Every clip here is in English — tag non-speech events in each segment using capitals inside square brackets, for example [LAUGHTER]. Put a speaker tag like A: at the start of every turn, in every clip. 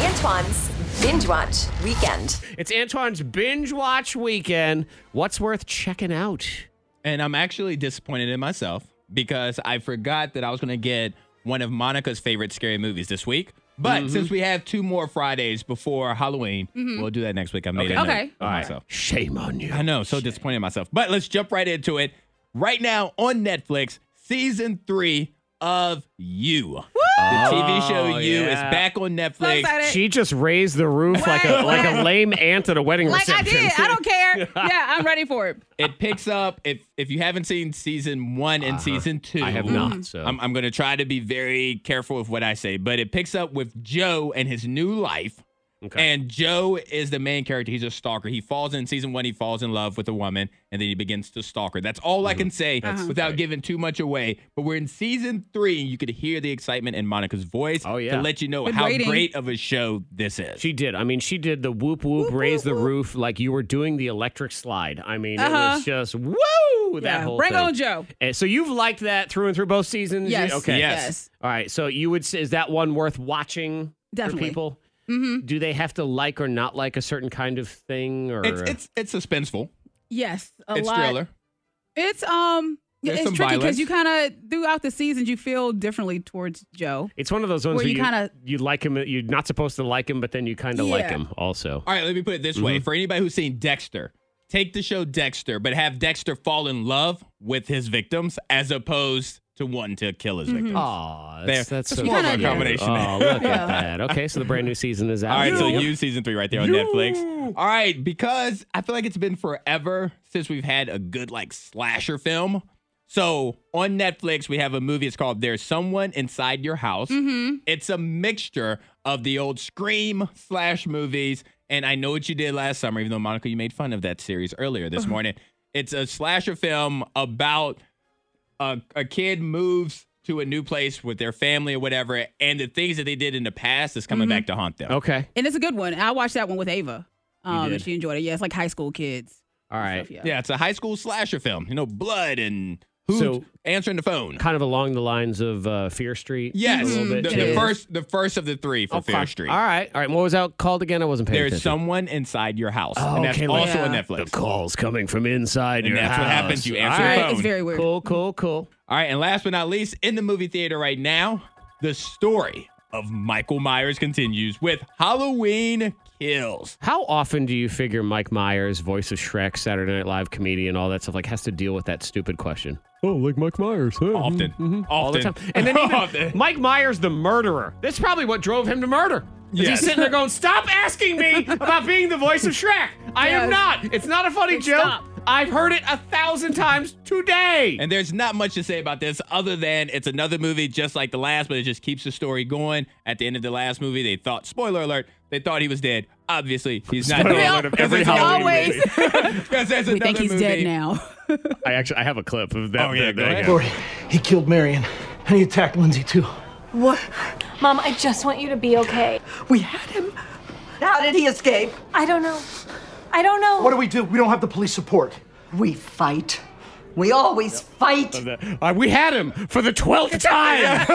A: Antoine's Binge Watch Weekend.
B: It's Antoine's binge watch weekend. What's worth checking out?
C: And I'm actually disappointed in myself because I forgot that I was going to get one of Monica's favorite scary movies this week. But
B: Mm-hmm.
C: since we have two more Fridays before Halloween, we'll do that next week. I made it.
D: Mm-hmm. Okay.
C: All right. So.
B: Shame on you.
C: I know, so disappointed in myself. But let's jump right into it. Right now on Netflix, season three of You. The TV show
B: Oh,
C: You is
B: yeah.
C: back on
D: So
C: Netflix.
D: excited.
B: She just raised the roof like a
D: Wait,
B: like a
D: what?
B: lame aunt at a wedding
D: like I
B: reception.
D: did. I don't care. Yeah, I'm ready for it.
C: it picks up if if you haven't seen season one and season two.
B: I have not, so.
C: Mm. I'm, I'm going to try to be very careful with what I say, but it picks up with Joe and his new life.
B: Okay.
C: And Joe is the main character. He's a stalker. He falls in season one. He falls in love with a woman, and then he begins to stalk her. That's all I
B: Mm-hmm.
C: can say
D: Uh-huh.
C: without giving too much away. But we're in season three. and You could hear the excitement in Monica's voice.
B: Oh, yeah.
C: to let you know
D: Been
C: how
D: waiting.
C: great of a show this is.
B: She did. I mean, she did the whoop whoop, raise the roof like you were doing the electric slide. I mean, it
D: Uh-huh.
B: was just woo that
D: Yeah.
B: whole
D: Bring
B: thing.
D: on Joe.
B: And so you've liked that through and through both seasons.
D: Yes.
B: Okay.
C: Yes.
B: All right. So you would say is that one worth watching
D: Definitely. Mm-hmm.
B: for people? Do they have to like or not like a certain kind of thing? Or
C: it's it's it's suspenseful.
D: Yes. A
C: it's
D: lot.
C: thriller.
D: It's um yeah,
C: There's
D: it's
C: some
D: tricky
C: violence.
D: because you kind of throughout the seasons you feel differently towards Joe.
B: It's one of those ones
D: Where
B: where
D: you
B: you
D: kinda-
B: you like him. You're not supposed to like him, but then you kind of like
D: Yeah.
B: him also.
C: All right, let me put it this way: for anybody who's seen Dexter, take the show Dexter, but have Dexter fall in love with his victims as opposed to wanting to kill his victims.
B: Aw,
C: There.
B: that's, that's
C: It's
B: so
C: more
D: Mm. of a
B: cute.
C: combination.
B: Oh,
D: [LAUGHS]
B: look at that. Okay, so the brand new season is out.
C: All right, so
B: Yep.
C: you season three right there on
B: You.
C: Netflix. All right, because I feel like it's been forever since we've had a good like slasher film. So on Netflix, we have a movie. It's called "There's Someone Inside Your House." It's a mixture of the old Scream slash movies, and I know what you did last summer. Even though Monica, you made fun of that series earlier this morning. It's a slasher film about a, a kid moves to a new place with their family or whatever, and the things that they did in the past is coming back to haunt them.
B: Okay.
D: And it's a good one. I watched that one with Ava. Um
B: did?
D: and she enjoyed it. Yeah, it's like high school kids.
B: All right.
D: Stuff, yeah.
C: Yeah, it's a high school slasher film. You know, blood and who's
B: So-
C: answering the phone.
B: Kind of along the lines of uh, Fear Street.
C: Yes,
B: A little bit.
C: the,
D: it
C: the
D: is.
C: first, the first of the three for
B: Okay.
C: Fair Street.
B: All right. All right. What was that called again? I wasn't paying
C: There's
B: attention.
C: someone inside your house,
B: Oh,
C: and that's
B: okay, like-
C: also on
D: Yeah.
C: Netflix.
B: The calls coming from inside
C: And
B: your
C: that's what
B: house.
C: happens. You answer
B: All
C: the
B: right.
C: phone.
D: It's very weird.
B: Cool, cool, cool.
C: All right, and last but not least, in the movie theater right now, the story of Michael Myers continues with Halloween Kills.
B: How often do you figure Mike Myers, voice of Shrek, Saturday Night Live comedian, all that stuff, like has to deal with that stupid question? Oh, like Mike Myers. huh? Mm-hmm,
C: Often, often,
B: All the time. And then
C: [LAUGHS] Often.
B: even Mike Myers, the murderer. That's probably what drove him to murder. 'Cause
C: Yes.
B: He's sitting there going, Stop asking me about being the voice of Shrek. I am
D: Yes.
B: not. It's not a funny joke.
D: stop.
B: I've heard it a thousand times today.
C: And there's not much to say about this other than it's another movie just like the last, but it just keeps the story going. At the end of the last movie, they thought, spoiler alert, they thought he was dead. Obviously, he's not
B: Spoiler
C: dead.
B: alert of
C: [LAUGHS]
B: every Halloween
D: Always.
C: Because there's
D: We
C: another
D: think he's
C: movie.
D: dead now. [LAUGHS]
B: I actually I have a clip of that.
C: Oh, yeah, go ahead.
E: Lori, he killed Marion, and he attacked Lindsay too.
F: What? Mom, I just want you to be okay.
G: We had him. How did he escape?
F: I don't know. I don't know.
E: What do we do? We don't have the police support.
G: We fight. We always fight.
B: Uh, we had him for the
C: [LAUGHS]
B: twelfth time. [LAUGHS]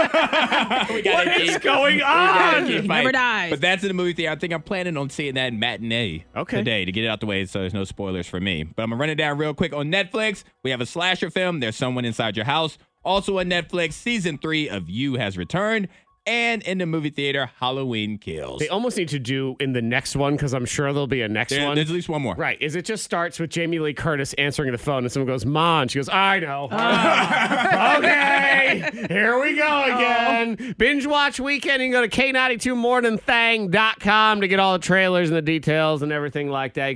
C: We gotta
B: What is
C: keep-
B: going
C: we gotta
B: on?
C: keep
D: He
C: fighting.
D: never dies.
C: But that's in the movie theater. I think I'm planning on seeing that in matinee
B: Okay.
C: today to get it out the way so there's no spoilers for me. But I'm going to run it down real quick. On Netflix, we have a slasher film, There's Someone Inside Your House. Also on Netflix, season three of You has returned. And in the movie theater, Halloween Kills.
B: they almost need to do in the next one because I'm sure there'll be a next
C: There-
B: one.
C: there's at least one more.
B: Right. Is it just starts with Jamie Lee Curtis answering the phone and someone goes, Mom. She goes, I
C: [LAUGHS]
B: know.
C: Oh.
B: okay. Here we go again. Binge watch weekend. You can go to K92morningthang.com to get all the trailers and the details and everything like that.